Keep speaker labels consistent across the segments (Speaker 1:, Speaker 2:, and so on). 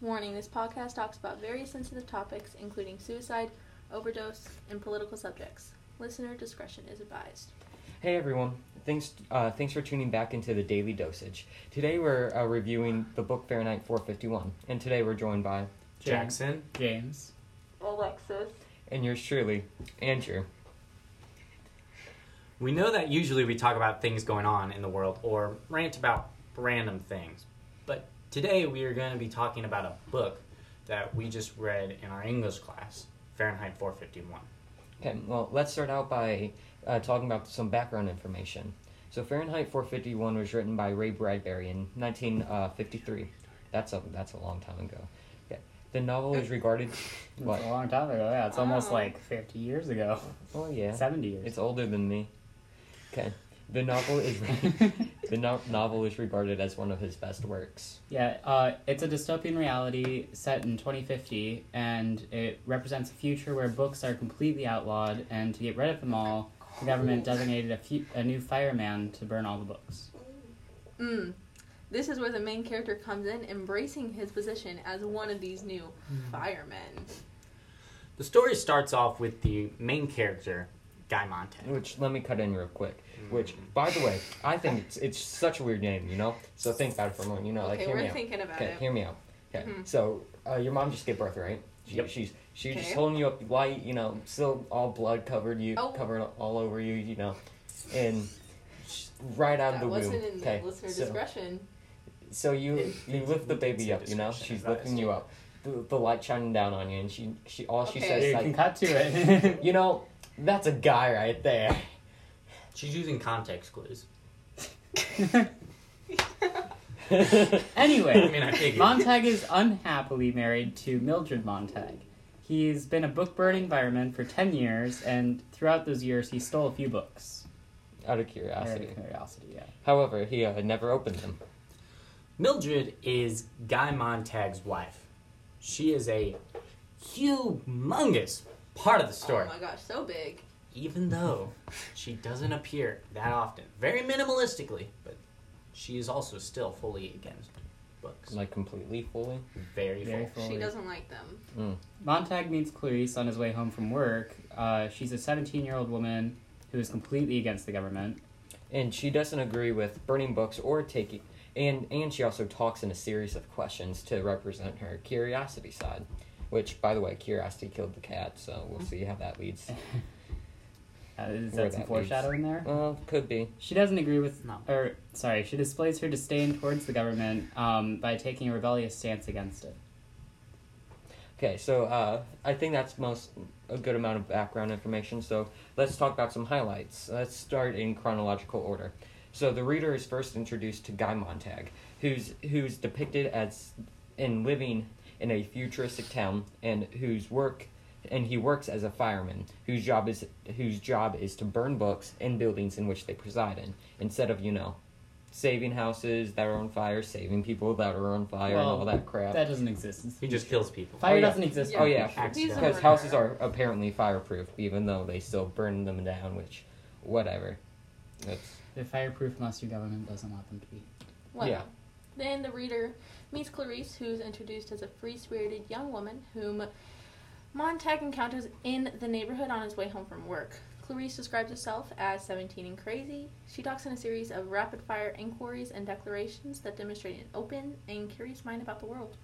Speaker 1: Warning this podcast talks about very sensitive topics, including suicide, overdose, and political subjects. Listener discretion is advised.
Speaker 2: Hey everyone, thanks uh, thanks for tuning back into the Daily Dosage. Today we're uh, reviewing the book Fahrenheit 451, and today we're joined by
Speaker 3: Jackson.
Speaker 4: James.
Speaker 1: Alexis.
Speaker 2: and yours truly, Andrew.
Speaker 3: We know that usually we talk about things going on in the world or rant about random things, but today we are going to be talking about a book that we just read in our English class, Fahrenheit 451.
Speaker 2: Okay, well let's start out by uh, talking about some background information. So Fahrenheit 451 was written by Ray Bradbury in 1953. That's a that's a long time ago. Okay. The novel is regarded.
Speaker 4: It's
Speaker 2: What?
Speaker 4: a long time ago. Yeah, it's almost
Speaker 1: Wow.
Speaker 4: like 50 years ago.
Speaker 2: Oh yeah.
Speaker 4: 70 years.
Speaker 2: It's older than me. Okay. The novel is the no- novel is regarded as one of his best works.
Speaker 4: yeah, uh, it's a dystopian reality set in 2050, and it represents a future where books are completely outlawed, and to get rid of them all, the government designated a, fu- a new fireman to burn all the books.
Speaker 1: Mm. This is where the main character comes in, embracing his position as one of these new
Speaker 2: Mm-hmm.
Speaker 1: firemen.
Speaker 3: The story starts off with the main character, Guy Montag.
Speaker 2: Which let me cut in real quick. Which, by the way, I think it's it's such a weird name, you know. So think about it for a moment, you know. Like,
Speaker 1: okay,
Speaker 2: hear
Speaker 1: we're
Speaker 2: me out.
Speaker 1: thinking about
Speaker 2: Okay,
Speaker 1: it.
Speaker 2: hear me out. Okay,
Speaker 1: Mhm.
Speaker 2: so uh, your mom just gave birth, right? She,
Speaker 3: Yep.
Speaker 2: She's she's just
Speaker 1: Okay.
Speaker 2: holding you up, light, you know, still all blood covered you,
Speaker 1: Oh.
Speaker 2: covered all over you, you know, and sh- right out of
Speaker 1: That
Speaker 2: the
Speaker 1: wasn't
Speaker 2: womb.
Speaker 1: in the
Speaker 2: okay,
Speaker 1: listener
Speaker 2: so-
Speaker 1: discretion.
Speaker 2: So you you lift the baby up, you know.
Speaker 3: Discretion
Speaker 2: She's lifting you up, the, the light shining down on you, and she she all she
Speaker 1: Okay.
Speaker 2: says
Speaker 4: You can
Speaker 2: like,
Speaker 4: cut to it.
Speaker 2: you know, that's a guy right there.
Speaker 3: She's using context clues. I
Speaker 4: anyway,
Speaker 3: mean, I figured.
Speaker 4: Montag is unhappily married to Mildred Montag. He's been a book burning fireman for 10 years, and throughout those years, he stole a few books.
Speaker 2: out of
Speaker 4: Out of
Speaker 2: curiosity.
Speaker 4: curiosity, yeah.
Speaker 2: However, he uh, never opened them.
Speaker 3: Mildred is Guy Montag's wife. She is a humongous part of the story.
Speaker 1: Oh my gosh, so big.
Speaker 3: even though she doesn't appear that often, very minimalistically, but she is also still fully against books.
Speaker 2: Like completely fully.
Speaker 3: very
Speaker 4: Very
Speaker 3: full.
Speaker 4: fully.
Speaker 1: She doesn't like them.
Speaker 4: Montag meets Clarice on his way home from work. Uh, she's a 17 year old woman who is completely against the government.
Speaker 2: and she doesn't agree with burning books or taking and and she also talks in a series of questions to represent her curiosity side which by the way curiosity killed the cat so we'll see how that leads
Speaker 4: Uh, is
Speaker 2: Where
Speaker 4: that some
Speaker 2: that leads.
Speaker 4: foreshadowing there?
Speaker 2: well could be
Speaker 4: She doesn't agree with,
Speaker 3: No.
Speaker 4: or sorry, she displays her disdain towards the government um, by taking a rebellious stance against it.
Speaker 2: okay so uh, i think that's most a good amount of background information so let's talk about some highlights let's start in chronological order so the reader is first introduced to guy montag who's who's depicted as in living in a futuristic town and whose work and he works as a fireman whose job is whose job is to burn books and buildings in which they preside in instead of you know saving houses that are on fire saving people that are on fire
Speaker 4: Well,
Speaker 2: and all that crap
Speaker 4: That doesn't exist.
Speaker 3: He just kills people.
Speaker 4: Fire
Speaker 2: yeah.
Speaker 4: doesn't exist.
Speaker 1: Yeah.
Speaker 2: Oh yeah,
Speaker 1: He's a
Speaker 2: because
Speaker 1: murderer.
Speaker 2: houses are apparently fireproof, even though they still burn them down. Which, whatever. That's,
Speaker 4: They're fireproof unless your government doesn't want them to be.
Speaker 1: Well,
Speaker 2: Yeah.
Speaker 1: then the reader meets Clarice, who's introduced as a free spirited young woman whom Montag encounters in the neighborhood on his way home from work. Clarice describes herself as 17 and crazy. She talks in a series of rapid fire inquiries and declarations that demonstrate an open and curious mind about the world.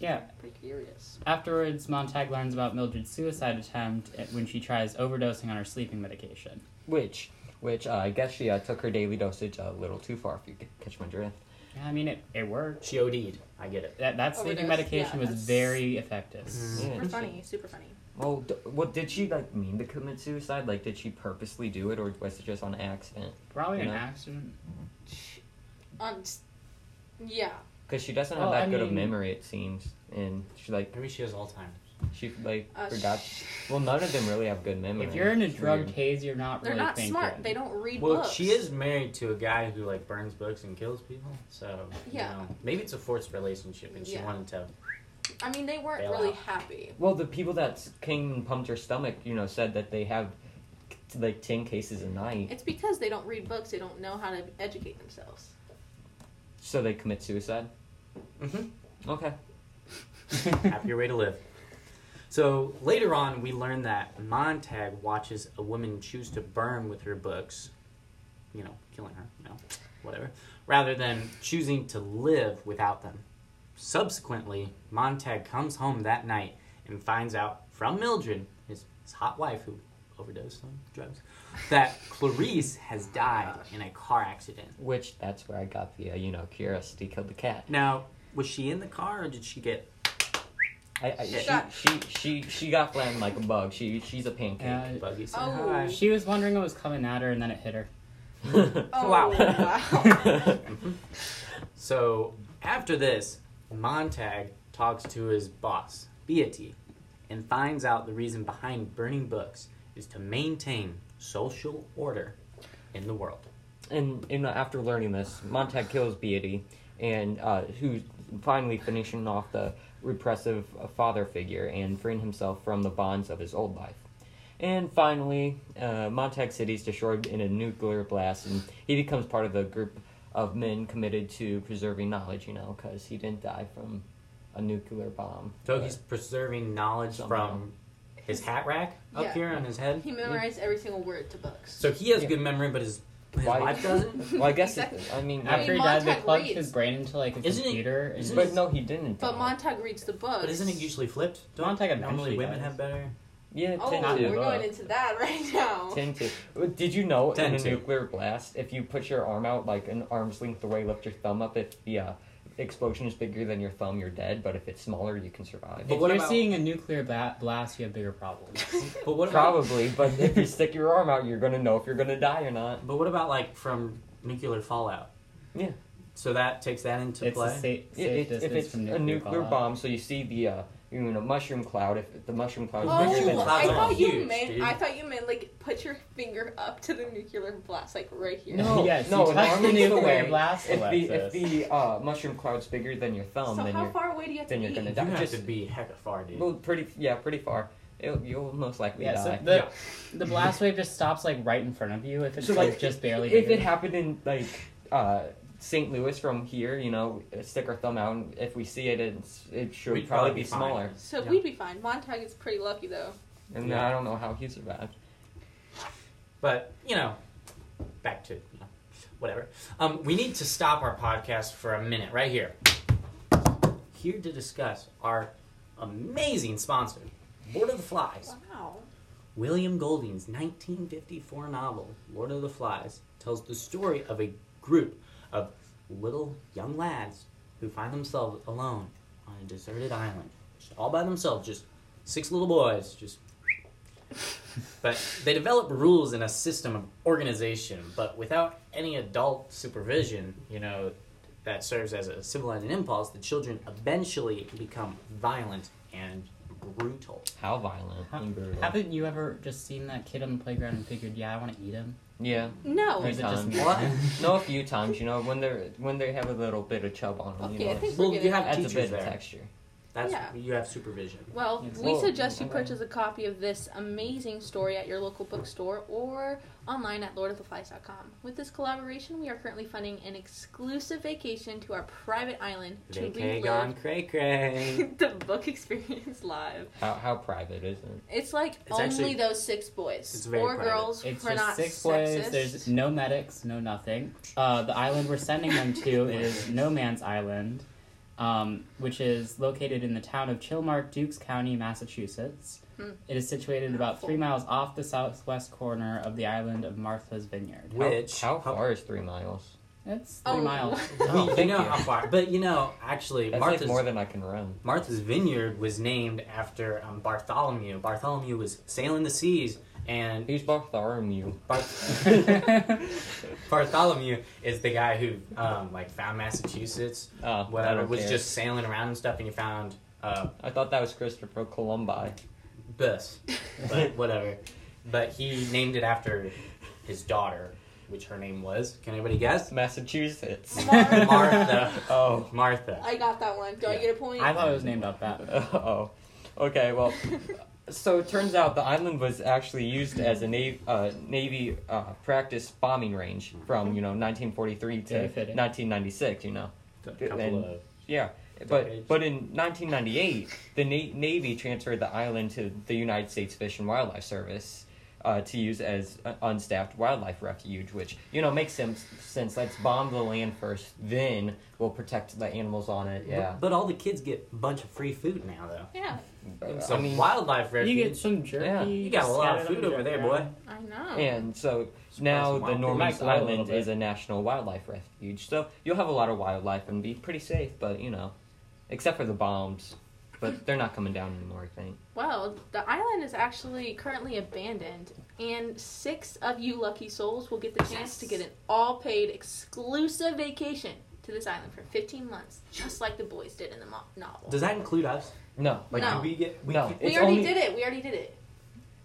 Speaker 4: Yeah,
Speaker 1: Pretty curious.
Speaker 4: Afterwards, Montag learns about Mildred's suicide attempt at- when she tries overdosing on her sleeping medication.
Speaker 2: which, which uh, I guess she uh, took her daily dosage a little too far. If you c- catch my drift.
Speaker 4: Yeah, I mean, it, it worked.
Speaker 3: She OD'd. I get it.
Speaker 4: That, that sleeping
Speaker 1: Overdose,
Speaker 4: medication
Speaker 1: yeah,
Speaker 4: was
Speaker 1: that's-
Speaker 4: very effective.
Speaker 3: Mm.
Speaker 1: Super
Speaker 2: Yeah.
Speaker 1: funny, super funny.
Speaker 2: Well, d- what did she like mean to commit suicide? Like, did she purposely do it, or was it just on accident?
Speaker 4: Probably
Speaker 2: Yeah.
Speaker 4: an accident.
Speaker 1: Um, s- yeah.
Speaker 2: Because she doesn't have
Speaker 4: Well,
Speaker 2: that
Speaker 4: I
Speaker 2: good of
Speaker 4: mean-
Speaker 2: memory, it seems, and she like
Speaker 3: Maybe she has Alzheimer's.
Speaker 2: she like
Speaker 1: Uh,
Speaker 2: forgot.
Speaker 1: sh-
Speaker 2: well, none of them really have good memory.
Speaker 4: If you're in a
Speaker 2: It's
Speaker 4: drug
Speaker 2: weird.
Speaker 4: haze, you're not
Speaker 1: They're
Speaker 4: really
Speaker 1: not
Speaker 4: thinking.
Speaker 1: smart. They don't read
Speaker 3: Well,
Speaker 1: books.
Speaker 3: she is married to a guy who like burns books and kills people. So you
Speaker 1: Yeah.
Speaker 3: know, maybe it's a forced relationship, and she
Speaker 1: Yeah.
Speaker 3: wanted to.
Speaker 1: I mean, they weren't
Speaker 3: Bail
Speaker 1: really
Speaker 3: out.
Speaker 1: happy.
Speaker 2: Well, the people that s- came and pumped her stomach, you know, said that they have like ten cases a night,
Speaker 1: It's because they don't read books, they don't know how to educate themselves.
Speaker 2: so they commit suicide.
Speaker 3: Mhm.
Speaker 2: Okay.
Speaker 3: Happier way to live. So later on, we learn that Montag watches a woman choose to burn with her books, you know, killing her, you know, whatever, rather than choosing to live without them. Subsequently, Montag comes home that night and finds out from Mildred, his, his hot wife who overdosed on drugs, that Clarice has died in a car accident.
Speaker 2: Which that's where I got the uh, you know curiosity killed the cat.
Speaker 3: Now, was she in the car or did she get
Speaker 2: I, I,
Speaker 1: Shut.
Speaker 2: she, she she she got flattened like a bug. She she's a pancake.
Speaker 4: Yeah,
Speaker 3: buggy? Say
Speaker 1: Oh.
Speaker 3: hi.
Speaker 4: She was wondering what was coming at her, and then it hit her.
Speaker 1: Oh,
Speaker 3: Wow.
Speaker 1: wow.
Speaker 3: So after this, Montag talks to his boss, Beatty, and finds out the reason behind burning books is to maintain social order in the world.
Speaker 2: and and after learning this, Montag kills Beatty, and uh, who's finally finishing off the repressive uh, father figure and freeing himself from the bonds of his old life. And finally, uh, Montag City is destroyed in a nuclear blast, and he becomes part of the group of men committed to preserving knowledge. You know, because he didn't die from a nuclear bomb.
Speaker 3: So he's preserving knowledge
Speaker 2: Somehow.
Speaker 3: from his hat rack up
Speaker 1: Yeah.
Speaker 3: here on his head.
Speaker 1: he memorized every single word to books.
Speaker 3: So he has
Speaker 2: Yeah.
Speaker 3: good memory, but his, his
Speaker 2: Why-
Speaker 3: wife doesn't.
Speaker 2: Well, I guess it,
Speaker 1: Exactly.
Speaker 2: I mean,
Speaker 1: I
Speaker 4: After
Speaker 1: mean,
Speaker 4: he died, they
Speaker 1: Montag
Speaker 4: plugged
Speaker 1: reads.
Speaker 4: his brain into like a
Speaker 3: Isn't it-
Speaker 4: computer. and
Speaker 3: isn't it-
Speaker 2: but no, he didn't.
Speaker 1: but
Speaker 2: die.
Speaker 1: Montag reads the books.
Speaker 3: But isn't it usually flipped?
Speaker 4: Montag
Speaker 3: normally
Speaker 4: eventually
Speaker 3: women
Speaker 4: does.
Speaker 3: have better?
Speaker 2: yeah,
Speaker 1: Oh,
Speaker 2: tend to.
Speaker 1: we're
Speaker 4: Look.
Speaker 1: going into that right now.
Speaker 2: Ten to. Uh, Did you know in
Speaker 3: Ten
Speaker 2: a
Speaker 3: to.
Speaker 2: nuclear blast, if you put your arm out like an arm's length away, lift your thumb up, if the uh, explosion is bigger than your thumb, you're dead. But if it's smaller, you can survive.
Speaker 3: But
Speaker 4: If
Speaker 3: what
Speaker 4: you're
Speaker 3: about-
Speaker 4: seeing a nuclear ba- blast, you have bigger problems.
Speaker 3: But what about
Speaker 2: Probably, but if you stick your arm out, you're gonna know if you're gonna die or not.
Speaker 3: But what about like from nuclear fallout?
Speaker 2: Yeah.
Speaker 3: So that takes that into
Speaker 4: it's
Speaker 3: play.
Speaker 4: a sa- safe
Speaker 2: Yeah, it- if
Speaker 4: distance
Speaker 2: it's
Speaker 4: from nuclear
Speaker 2: a nuclear
Speaker 4: fallout.
Speaker 2: bomb, so you see the uh, you know mushroom cloud. If the mushroom cloud is
Speaker 1: Oh,
Speaker 2: bigger than
Speaker 3: Richmond
Speaker 1: I
Speaker 3: Clouds are
Speaker 1: thought you
Speaker 3: huge,
Speaker 1: meant.
Speaker 3: dude.
Speaker 1: I thought you meant like put your finger up to the nuclear blast, like right here.
Speaker 2: No,
Speaker 4: yes,
Speaker 2: no,
Speaker 4: you
Speaker 2: an
Speaker 4: touch
Speaker 2: arm
Speaker 4: the
Speaker 2: length
Speaker 4: nuclear
Speaker 2: away.
Speaker 4: blast,
Speaker 2: if the if
Speaker 4: Alexis.
Speaker 2: the uh, mushroom cloud's bigger than your thumb,
Speaker 1: so
Speaker 2: then
Speaker 1: how
Speaker 2: you're
Speaker 1: far away do you have
Speaker 2: then
Speaker 1: to
Speaker 2: you're
Speaker 1: be?
Speaker 2: gonna
Speaker 3: you
Speaker 2: die.
Speaker 3: have
Speaker 2: Just
Speaker 3: to be hecka far, dude.
Speaker 2: well, pretty yeah, pretty far. It'll, you'll most likely
Speaker 4: Yeah,
Speaker 2: die.
Speaker 4: so the, the blast wave just stops like right in front of you if it's
Speaker 2: So,
Speaker 4: like,
Speaker 2: like,
Speaker 4: just barely.
Speaker 2: if
Speaker 4: bigger.
Speaker 2: it happened in like uh, St. Louis from here, you know, uh, stick our thumb out, and if we see it, it's, it should
Speaker 3: We'd
Speaker 2: probably, be
Speaker 3: probably be fine.
Speaker 2: smaller.
Speaker 1: So
Speaker 3: Yeah.
Speaker 1: we'd be fine. Montag is pretty lucky though.
Speaker 2: And
Speaker 3: Yeah.
Speaker 2: I don't know how he survived.
Speaker 3: But you know, back to you know, whatever. Um, we need to stop our podcast for a minute right here. Here to discuss our amazing sponsor, Lord of the Flies.
Speaker 1: Wow.
Speaker 3: William Golding's 1954 novel, Lord of the Flies, tells the story of a group of little young lads who find themselves alone on a deserted island, just all by themselves, just six little boys, just. but they develop rules and a system of organization, but without any adult supervision, you know, that serves as a civilizing impulse, the children eventually become violent and brutal.
Speaker 2: How violent
Speaker 4: Ha-
Speaker 2: and brutal.
Speaker 4: Haven't you ever just seen that kid on the playground and figured, yeah, I want to eat him?
Speaker 2: Yeah,
Speaker 4: Or
Speaker 1: No.
Speaker 4: is it just
Speaker 2: Sometimes.
Speaker 4: me?
Speaker 3: What?
Speaker 2: no, a few times, you know, when they're when they have a little bit of chub on them,
Speaker 1: Okay,
Speaker 2: you
Speaker 1: I
Speaker 2: know,
Speaker 1: think
Speaker 3: Well,
Speaker 1: we're
Speaker 3: you
Speaker 1: getting.
Speaker 3: have-
Speaker 2: adds a
Speaker 3: Teachers
Speaker 2: bit of
Speaker 3: there.
Speaker 2: texture.
Speaker 3: That's
Speaker 1: Yeah.
Speaker 3: you have supervision.
Speaker 1: Well,
Speaker 4: Yes.
Speaker 1: we
Speaker 2: Well,
Speaker 1: suggest you
Speaker 2: okay.
Speaker 1: purchase a copy of this amazing story at your local bookstore or online at lordoftheflies.com. With this collaboration, we are currently funding an exclusive vacation to our private island to
Speaker 3: Vacay
Speaker 1: relive
Speaker 3: gone cray cray.
Speaker 1: the book experience live.
Speaker 2: How how private is it?
Speaker 1: It's like
Speaker 3: It's
Speaker 1: only
Speaker 3: actually-
Speaker 1: those six boys
Speaker 3: it's very
Speaker 1: or
Speaker 3: private.
Speaker 1: girls.
Speaker 4: It's
Speaker 1: we're
Speaker 4: just
Speaker 1: not
Speaker 4: six
Speaker 1: sexist.
Speaker 4: boys. There's no medics, no nothing. Uh, the island we're sending them to is No Man's Island, um, which is located in the town of Chilmark, Dukes County, Massachusetts.
Speaker 1: Hmm.
Speaker 4: It is situated about three
Speaker 1: Cool.
Speaker 4: miles off the southwest corner of the island of Martha's Vineyard.
Speaker 2: How-
Speaker 3: Which
Speaker 2: how, far is three miles?
Speaker 4: That's three
Speaker 1: Oh.
Speaker 4: miles.
Speaker 2: Oh,
Speaker 3: you
Speaker 2: thank
Speaker 3: know
Speaker 2: you.
Speaker 3: how far, but you know actually
Speaker 2: That's
Speaker 3: Martha's
Speaker 2: like more than I can run.
Speaker 3: Martha's Vineyard was named after um, Bartholomew. Bartholomew was sailing the seas, and
Speaker 2: Who's Bartholomew?
Speaker 3: Bar- Bartholomew is the guy who um, like found Massachusetts.
Speaker 2: Oh, I
Speaker 3: Whatever
Speaker 2: don't
Speaker 3: was
Speaker 2: care.
Speaker 3: just sailing around and stuff, and he found uh,
Speaker 2: I thought that was Christopher Columbi.
Speaker 3: this, but whatever. But he named it after his daughter, which her name was. Can anybody guess?
Speaker 2: Massachusetts.
Speaker 1: Mar-
Speaker 3: Martha.
Speaker 2: Oh.
Speaker 3: Martha.
Speaker 1: I got that one. Do I
Speaker 3: Yeah.
Speaker 1: get a point?
Speaker 4: I thought it was named off that.
Speaker 2: Oh. Okay, well, so it turns out the island was actually used as a Navy, uh, Navy uh, practice bombing range from, you know, 1943 to
Speaker 4: Very fitting.
Speaker 2: 1996, you know.
Speaker 3: A couple
Speaker 2: And-
Speaker 3: of
Speaker 2: Yeah. But but in 1998, the Na- Navy transferred the island to the United States Fish and Wildlife Service uh, to use as a- unstaffed wildlife refuge, which you know makes sense. Since let's bomb the land first, then we'll protect the animals on it. Yeah,
Speaker 3: But all the kids get a bunch of free food now, though.
Speaker 1: Yeah,
Speaker 2: Uh,
Speaker 3: Some
Speaker 2: I mean,
Speaker 3: wildlife
Speaker 4: You
Speaker 3: refuge.
Speaker 4: get some jerky.
Speaker 2: Yeah.
Speaker 3: You got a lot of
Speaker 4: scattered on
Speaker 3: food
Speaker 4: the
Speaker 3: over there,
Speaker 4: jerky.
Speaker 3: boy.
Speaker 1: I know.
Speaker 2: and so now
Speaker 3: some
Speaker 2: the
Speaker 3: wild-
Speaker 2: Norman's
Speaker 4: Might grow a little
Speaker 2: Island
Speaker 4: bit.
Speaker 2: is a national wildlife refuge. So you'll have a lot of wildlife and be pretty safe. But you know, except for the bombs, but they're not coming down anymore. I think.
Speaker 1: Well, the island is actually currently abandoned, and six of you lucky souls will get the chance to get an all paid exclusive vacation to this island for 15 months, just like the boys did in the mo- novel.
Speaker 3: Does that include us?
Speaker 2: No,
Speaker 3: Like,
Speaker 1: No.
Speaker 3: do we get. We
Speaker 2: No.
Speaker 3: could-
Speaker 1: we
Speaker 2: it's
Speaker 1: already
Speaker 2: only-
Speaker 1: did it. We already did it.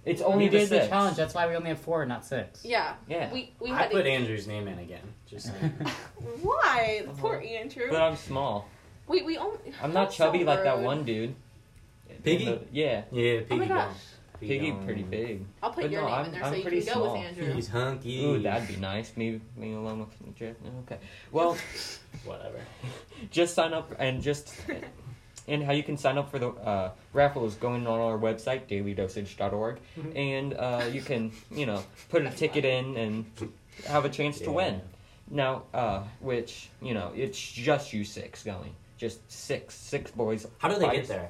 Speaker 2: it's
Speaker 4: We
Speaker 2: only the
Speaker 4: did the
Speaker 2: six.
Speaker 4: challenge. That's why we only have four, not six.
Speaker 1: Yeah.
Speaker 2: Yeah.
Speaker 1: We, we
Speaker 3: I
Speaker 1: had
Speaker 3: put
Speaker 1: to...
Speaker 3: Andrew's name in again. Just saying.
Speaker 1: Why? Poor
Speaker 2: Uh-huh.
Speaker 1: Andrew.
Speaker 2: But I'm small.
Speaker 1: we, we only...
Speaker 2: I'm not
Speaker 1: That's so
Speaker 2: chubby like that
Speaker 1: rude.
Speaker 2: one dude.
Speaker 3: Piggy?
Speaker 2: And the- yeah,
Speaker 3: yeah, Piggy.
Speaker 1: Oh my
Speaker 3: gone.
Speaker 1: gosh.
Speaker 2: Piggy
Speaker 3: gone.
Speaker 2: pretty big.
Speaker 1: I'll put
Speaker 2: But
Speaker 1: your
Speaker 2: no,
Speaker 1: name
Speaker 2: I'm-
Speaker 1: in there
Speaker 2: I'm
Speaker 1: so you can
Speaker 2: pretty
Speaker 1: go
Speaker 2: small.
Speaker 1: with Andrew.
Speaker 3: He's hunky.
Speaker 2: Ooh, that'd be nice. Me being alone with the jet. Okay. Well,
Speaker 3: Whatever.
Speaker 2: just sign up and just and how you can sign up for the uh, raffle is going on our website dailydosage.org
Speaker 1: Mm-hmm.
Speaker 3: Mhm.
Speaker 2: and uh, you can you know put a ticket in and have a chance to
Speaker 3: Yeah.
Speaker 2: win. Now, uh, which you know, it's just you six going. Just six, six boys.
Speaker 3: How do they
Speaker 2: by
Speaker 3: get
Speaker 2: yourself.
Speaker 3: there?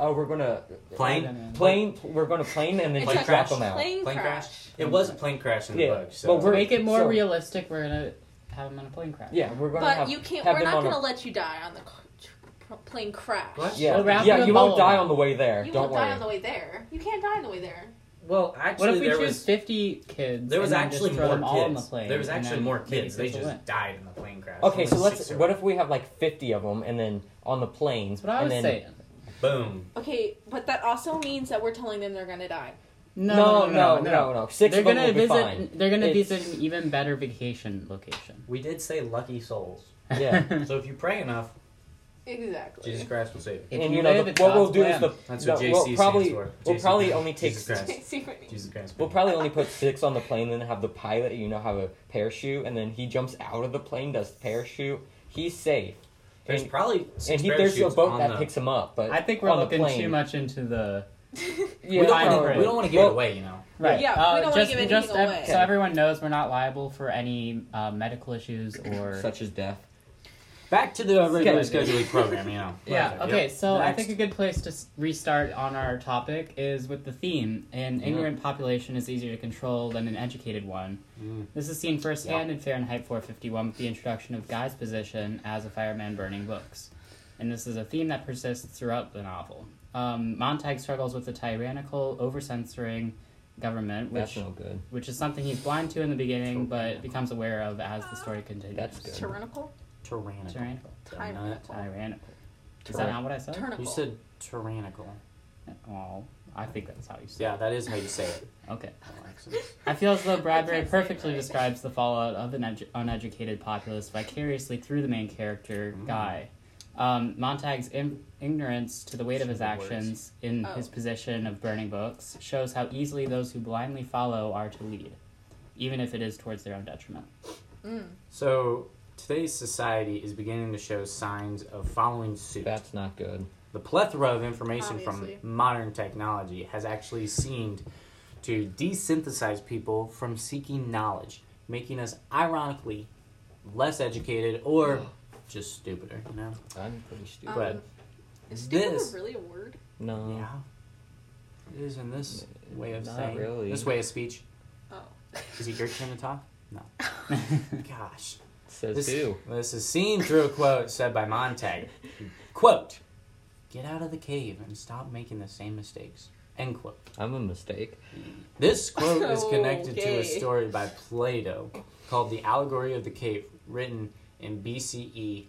Speaker 2: Oh, we're gonna
Speaker 3: Plane?
Speaker 2: plane. We're gonna plane and then
Speaker 1: It's
Speaker 2: just
Speaker 1: a
Speaker 2: drop them out.
Speaker 1: plane,
Speaker 3: Plane
Speaker 1: crash.
Speaker 3: crash? It was a plane crash in the
Speaker 2: Yeah.
Speaker 3: book. So
Speaker 2: Well,
Speaker 4: To
Speaker 2: we're-
Speaker 4: make it more
Speaker 2: So-
Speaker 4: realistic, we're gonna have them on a plane crash.
Speaker 2: Yeah, we're gonna.
Speaker 1: But
Speaker 2: have,
Speaker 1: you can't...
Speaker 2: Have
Speaker 1: We're
Speaker 2: them
Speaker 1: not
Speaker 2: on
Speaker 1: going to
Speaker 2: A,
Speaker 1: let you die on the c- tr- plane crash.
Speaker 3: What?
Speaker 2: yeah,
Speaker 4: We'll wrap you
Speaker 2: yeah.
Speaker 4: in
Speaker 2: You won't
Speaker 4: bubble
Speaker 2: die
Speaker 4: wrap.
Speaker 2: on the way there.
Speaker 1: You
Speaker 2: Don't
Speaker 1: won't die
Speaker 2: worry.
Speaker 1: on the way there. You can't die on the way there.
Speaker 3: well, actually,
Speaker 4: What if we
Speaker 3: there
Speaker 4: choose
Speaker 3: was.
Speaker 4: 50 kids?
Speaker 3: There was
Speaker 4: and then just
Speaker 3: actually
Speaker 4: throw
Speaker 3: more
Speaker 4: them
Speaker 3: kids.
Speaker 4: all on the plane.
Speaker 3: there was
Speaker 4: and
Speaker 3: actually
Speaker 4: then
Speaker 3: more
Speaker 4: maybe
Speaker 3: kids. They
Speaker 4: six will
Speaker 3: just
Speaker 4: win.
Speaker 3: died in the plane crash.
Speaker 2: okay, so
Speaker 3: Only
Speaker 2: let's.
Speaker 3: six or-
Speaker 2: What if we have like fifty of them, and then on the plane?
Speaker 4: That's what I
Speaker 2: and
Speaker 4: was
Speaker 2: then,
Speaker 4: saying.
Speaker 3: boom?
Speaker 1: Okay, but that also means that we're telling them they're gonna die.
Speaker 2: No, no, no, no. Six
Speaker 4: They're
Speaker 2: of them
Speaker 4: gonna
Speaker 2: will be
Speaker 4: visit.
Speaker 2: fine.
Speaker 4: They're gonna
Speaker 2: It's-
Speaker 4: visit an even better vacation location.
Speaker 3: We did say lucky souls.
Speaker 2: Yeah.
Speaker 3: so if you pray enough,
Speaker 1: Exactly.
Speaker 3: Jesus Christ will save you.
Speaker 4: If
Speaker 2: and
Speaker 4: you
Speaker 2: you know
Speaker 4: live,
Speaker 2: the,
Speaker 4: it's
Speaker 2: what we'll
Speaker 4: God's
Speaker 2: do is
Speaker 4: plan.
Speaker 2: the
Speaker 3: That's
Speaker 2: no,
Speaker 3: what JC
Speaker 2: we'll probably
Speaker 3: stands for.
Speaker 2: we'll
Speaker 3: JC.
Speaker 2: probably only take
Speaker 3: Jesus Christ. Jesus Christ.
Speaker 2: we'll probably only put six on the plane, then have the pilot you know have a parachute, and then he jumps out of the plane, does parachute, he's safe,
Speaker 3: there's
Speaker 2: and,
Speaker 3: probably six
Speaker 2: and he there's a
Speaker 3: parachutes
Speaker 2: boat
Speaker 3: on
Speaker 2: that
Speaker 3: the-
Speaker 2: picks him up. But
Speaker 4: I think we're
Speaker 2: on the
Speaker 4: looking
Speaker 2: plane.
Speaker 4: too much into the
Speaker 2: Yeah,
Speaker 3: we don't
Speaker 4: I
Speaker 3: wanna-
Speaker 4: agree.
Speaker 3: we don't want to give
Speaker 2: Well,
Speaker 3: it away, you know.
Speaker 4: right.
Speaker 1: Yeah, we
Speaker 4: uh,
Speaker 1: don't wanna
Speaker 4: just,
Speaker 1: give anything
Speaker 4: just ev-
Speaker 1: away.
Speaker 4: so everyone knows we're not liable for any uh, medical issues or.
Speaker 2: Such as death.
Speaker 3: Back to the regular
Speaker 2: Okay.
Speaker 3: scheduling program, you know.
Speaker 4: yeah.
Speaker 3: Whatever.
Speaker 4: Okay.
Speaker 3: Yep.
Speaker 4: So I
Speaker 3: Next.
Speaker 4: think a good place to s- restart on our topic is with the theme: an ignorant population is easier to control than an educated one.
Speaker 3: Mm.
Speaker 4: This is seen firsthand in Fahrenheit 451 with the introduction of Guy's position as a fireman burning books, and this is a theme that persists throughout the novel. Um, Montag struggles with the tyrannical, over-censoring government,
Speaker 2: That's
Speaker 4: which
Speaker 2: no good.
Speaker 4: which is something he's blind to in the beginning, but becomes aware of as the story continues.
Speaker 2: That's good.
Speaker 1: Tyrannical?
Speaker 3: Tyrannical.
Speaker 4: Tyrannical.
Speaker 1: Tyrannical.
Speaker 4: Tyrannical. Is that not what I said?
Speaker 1: Turnical.
Speaker 3: You said tyrannical.
Speaker 4: Oh, I think that's how you say
Speaker 3: Yeah, that is how you say it.
Speaker 4: it. Okay.
Speaker 3: Alexis.
Speaker 4: I feel as though
Speaker 1: I
Speaker 4: Bradbury
Speaker 1: can't say it
Speaker 4: perfectly
Speaker 1: right.
Speaker 4: describes the fallout of an edu- uneducated populace vicariously through the main character,
Speaker 3: Mm.
Speaker 4: Guy. Um, Montag's Im- ignorance to the weight of his
Speaker 3: Some words.
Speaker 4: actions in
Speaker 1: Oh.
Speaker 4: his position of burning books shows how easily those who blindly follow are to lead, even if it is towards their own detriment.
Speaker 1: Mm.
Speaker 3: So today's society is beginning to show signs of following suit.
Speaker 2: That's not good.
Speaker 3: The plethora of information
Speaker 1: Obviously.
Speaker 3: from modern technology has actually seemed to desynthesize people from seeking knowledge, making us ironically less educated or just stupider, you know?
Speaker 2: I'm pretty stupid.
Speaker 1: Um,
Speaker 3: But
Speaker 1: Is stupid
Speaker 3: this-
Speaker 1: really a word?
Speaker 2: no.
Speaker 3: yeah. It is in this way of
Speaker 2: Not
Speaker 3: saying
Speaker 2: really.
Speaker 3: this way of speech.
Speaker 1: Oh.
Speaker 3: Is it your turn to talk? No. Gosh.
Speaker 2: Says
Speaker 3: This,
Speaker 2: who?
Speaker 3: this is seen through a quote said by Montag. Quote, get out of the cave and stop making the same mistakes. End quote.
Speaker 2: I'm a mistake.
Speaker 3: This quote is connected to a
Speaker 1: Okay.
Speaker 3: story by Plato called The Allegory of the Cave, written in BCE,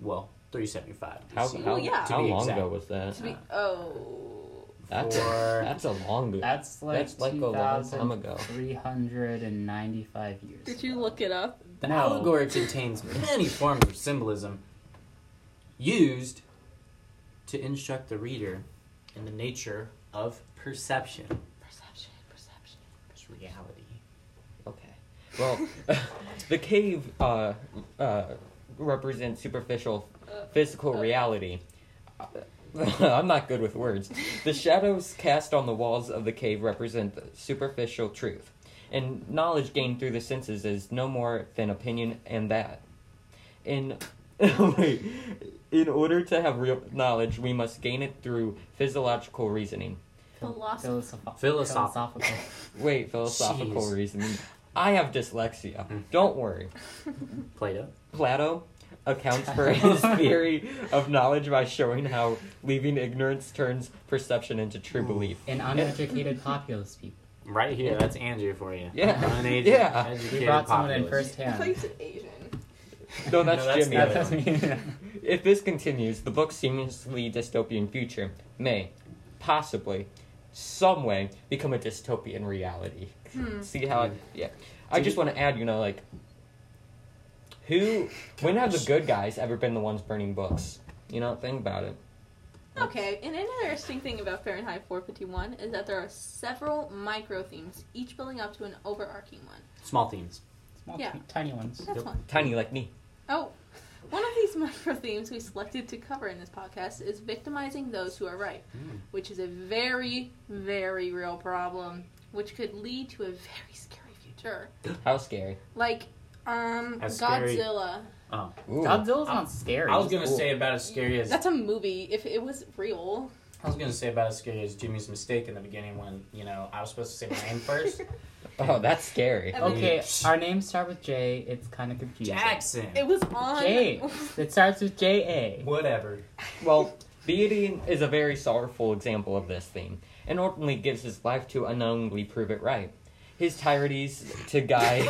Speaker 3: well, 375.
Speaker 2: How how,
Speaker 3: BCE,
Speaker 1: Well, yeah.
Speaker 2: how
Speaker 3: to be
Speaker 2: long
Speaker 3: exact.
Speaker 2: ago was that?
Speaker 1: To be,
Speaker 3: Uh.
Speaker 1: oh.
Speaker 2: That's a,
Speaker 3: For-
Speaker 2: that's a long ago.
Speaker 4: That's like,
Speaker 2: That's like a long time ago.
Speaker 4: 2,395 years.
Speaker 1: Did you
Speaker 4: ago.
Speaker 1: look it up?
Speaker 3: The
Speaker 4: No.
Speaker 3: allegory contains many forms of symbolism used to instruct the reader in the nature of perception.
Speaker 1: Perception, perception.
Speaker 3: It's reality.
Speaker 2: Okay. Well, the cave uh, uh, represents superficial physical reality. I'm not good with words. The shadows cast on the walls of the cave represent the superficial truth, and knowledge gained through the senses is no more than opinion and that. In wait, in order to have real knowledge, we must gain it through physiological reasoning.
Speaker 1: Philosophy.
Speaker 4: Philosoph-
Speaker 3: Philosoph-
Speaker 4: philosophical.
Speaker 2: Wait, philosophical
Speaker 3: Jeez.
Speaker 2: reasoning. I have dyslexia. Don't worry.
Speaker 3: Plato.
Speaker 2: Plato accounts for his theory of knowledge by showing how leaving ignorance turns perception into true belief.
Speaker 4: An uneducated populace people.
Speaker 3: Right here. That's Andrew for you.
Speaker 2: Yeah.
Speaker 3: Uneducated,
Speaker 2: Yeah.
Speaker 4: We
Speaker 3: Educated
Speaker 4: brought someone in
Speaker 3: populace.
Speaker 1: I thought you
Speaker 4: firsthand.
Speaker 1: said Asian.
Speaker 2: No, that's,
Speaker 3: No, that's-
Speaker 2: Jimmy.
Speaker 4: That doesn't mean-
Speaker 2: If this continues, the book's seemingly dystopian future may, possibly, some way, become a dystopian reality. See how? I, yeah, I
Speaker 3: Did
Speaker 2: just want to add, you know, like, who? When have the good guys ever been the ones burning books? You know, think about it.
Speaker 1: Okay, and an interesting thing about Fahrenheit 451 is that there are several micro themes, each building up to an overarching one.
Speaker 3: Small themes.
Speaker 4: Small,
Speaker 1: Yeah.
Speaker 4: t- tiny ones.
Speaker 1: That's
Speaker 3: Yep.
Speaker 1: one.
Speaker 2: Tiny like me.
Speaker 1: Oh, one of these micro themes we selected to cover in this podcast is victimizing those who are right,
Speaker 3: Mm.
Speaker 1: which is a very, very real problem, which could lead to a very scary future.
Speaker 2: How scary.
Speaker 1: Like, um,
Speaker 3: That's scary.
Speaker 1: Godzilla.
Speaker 3: Oh.
Speaker 2: Ooh.
Speaker 4: Godzilla's not scary.
Speaker 3: I was gonna
Speaker 2: Cool.
Speaker 3: say about as scary as
Speaker 1: That's a movie. If it was real,
Speaker 3: I was gonna say about as scary as Jimmy's mistake in the beginning when you know I was supposed to say my name first.
Speaker 2: Oh, that's scary.
Speaker 1: And
Speaker 4: Okay, our names start with J. It's kind of confusing.
Speaker 3: Jackson.
Speaker 1: it was on.
Speaker 4: J. It starts with J A.
Speaker 3: Whatever.
Speaker 2: Well, Beauty is a very sorrowful example of this theme, and ultimately gives his life to unknowingly prove it right. His tirades to guy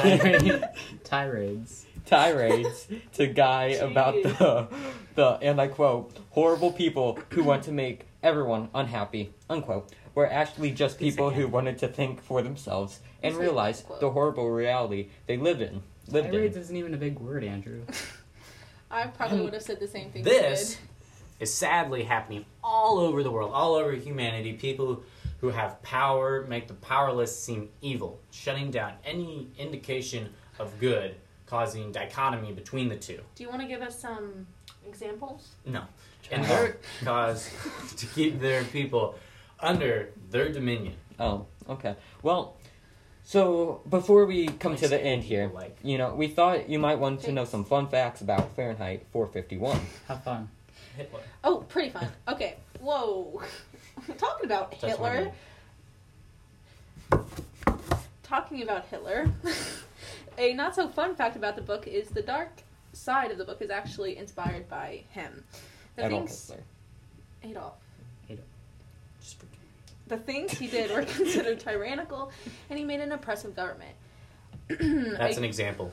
Speaker 4: Tirades.
Speaker 2: tirades to guy about the the and I quote horrible people who want to make everyone unhappy unquote were actually just people who wanted to think for themselves and
Speaker 1: It's like,
Speaker 2: realize
Speaker 1: unquote.
Speaker 2: the horrible reality they lived in lived
Speaker 4: Tirades
Speaker 2: in.
Speaker 4: isn't even a big word, Andrew.
Speaker 1: I probably would have said the same thing. you
Speaker 3: Um, This
Speaker 1: did.
Speaker 3: is sadly happening all over the world, all over humanity. People who have power make the powerless seem evil, shutting down any indication of good, causing dichotomy between the two.
Speaker 1: Do you want to give us some examples?
Speaker 3: No. And their cause to keep their people under their dominion.
Speaker 2: Oh, okay. Well, so before we come to the end here,
Speaker 3: Like-
Speaker 2: you know, we thought you might want to know some fun facts about Fahrenheit 451.
Speaker 4: Have fun.
Speaker 3: Hitler.
Speaker 1: Oh, pretty fun. Okay. Whoa. Talking about
Speaker 3: That's my
Speaker 1: Hitler.
Speaker 3: name.
Speaker 1: Talking about Hitler. a not so fun fact about the book is the dark side of the book is actually inspired by him. The
Speaker 2: Adolf
Speaker 1: things
Speaker 2: Hitler.
Speaker 1: Adolf.
Speaker 3: Just forget.
Speaker 1: The things he did were considered tyrannical, and he made an oppressive government.
Speaker 3: That's an
Speaker 1: Like,
Speaker 3: example.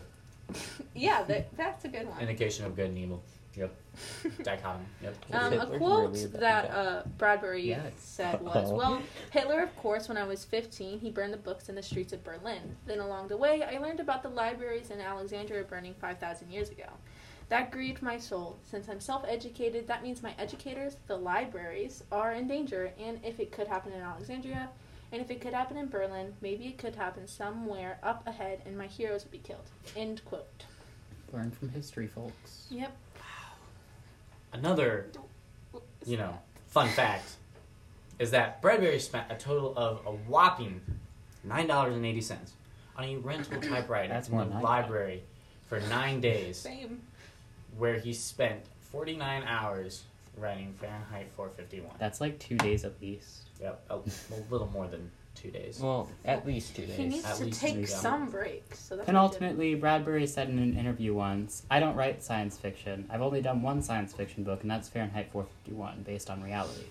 Speaker 1: yeah, that, that's a good one.
Speaker 3: Indication of good and evil. Yep. Dichotomy. Yep.
Speaker 1: Um, a
Speaker 2: Hitler
Speaker 1: quote
Speaker 2: really about
Speaker 1: that
Speaker 2: that?
Speaker 1: uh, Bradbury
Speaker 4: Yes.
Speaker 1: said was,
Speaker 2: Oh.
Speaker 1: "Well, Hitler, of course. When I was 15, he burned the books in the streets of Berlin. Then along the way, I learned about the libraries in Alexandria burning 5,000 years ago. That grieved my soul. Since I'm self-educated, that means my educators, the libraries, are in danger. And if it could happen in Alexandria, and if it could happen in Berlin, maybe it could happen somewhere up ahead, and my heroes would be killed." End quote.
Speaker 4: Learn from history, folks.
Speaker 1: Yep.
Speaker 3: Another, you know, fun fact is that Bradbury spent a total of a whopping $9.80 on a rental typewriter
Speaker 4: That's
Speaker 3: in the
Speaker 4: more like-
Speaker 3: library for nine days,
Speaker 1: Same.
Speaker 3: where he spent 49 hours writing Fahrenheit 451.
Speaker 4: That's like two days at least.
Speaker 3: Yep, a, a little more than two days.
Speaker 2: Well, at least two
Speaker 1: He
Speaker 2: days.
Speaker 1: needs
Speaker 3: At
Speaker 1: to
Speaker 3: least
Speaker 1: take
Speaker 3: legal.
Speaker 1: some breaks. So that's
Speaker 4: And
Speaker 1: what he did.
Speaker 4: ultimately, Bradbury said in an interview once, I don't write science fiction. I've only done one science fiction book, and that's Fahrenheit 451, based on reality.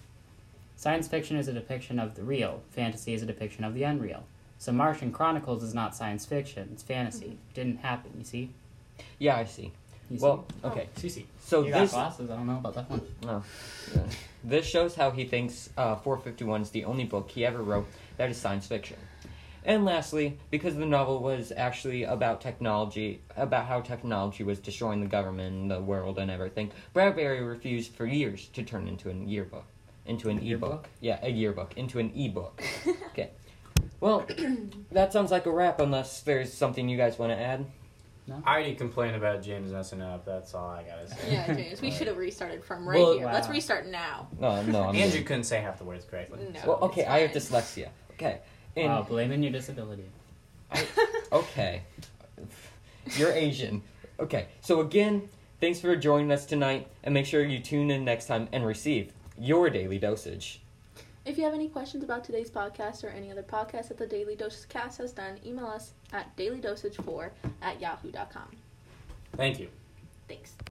Speaker 4: Science fiction is a depiction of the real, fantasy is a depiction of the unreal. So Martian Chronicles is not science fiction, it's fantasy. It didn't happen, you see?
Speaker 2: Yeah, I see.
Speaker 4: You
Speaker 2: Well,
Speaker 4: see?
Speaker 1: Oh.
Speaker 2: okay.
Speaker 3: CC.
Speaker 2: So
Speaker 4: you
Speaker 2: this
Speaker 4: got glasses, I don't know about that one.
Speaker 2: no. Oh, Yeah. This shows how he thinks uh, 451 is the only book he ever wrote that is science fiction. And lastly, because the novel was actually about technology, about how technology was destroying the government and the world and everything, Bradbury refused for years to turn into an yearbook. Into an
Speaker 4: Yearbook?
Speaker 2: e-book. Yeah, a yearbook. Into an e-book. okay. Well, that sounds like a wrap unless there's something you guys want to add.
Speaker 4: No?
Speaker 3: I already complained about James messing up. That's all I gotta say.
Speaker 1: Yeah, James, we
Speaker 2: Right.
Speaker 1: should have restarted from right
Speaker 2: Well-
Speaker 1: here. Let's
Speaker 4: Wow.
Speaker 1: restart now.
Speaker 2: No, Oh, no, I'm
Speaker 3: Andrew
Speaker 2: good.
Speaker 3: couldn't say half the words correctly.
Speaker 1: No.
Speaker 2: Well, okay,
Speaker 1: it's
Speaker 2: I have
Speaker 1: fine.
Speaker 2: dyslexia. Okay. And,
Speaker 4: Wow, blaming your disability.
Speaker 2: Okay. You're Asian. Okay. So again, thanks for joining us tonight and make sure you tune in next time and receive your daily dosage.
Speaker 1: If you have any questions about today's podcast or any other podcast that the Daily Dosage Cast has done, email us at dailydosage4 at yahoo.com.
Speaker 3: Thank you.
Speaker 1: Thanks.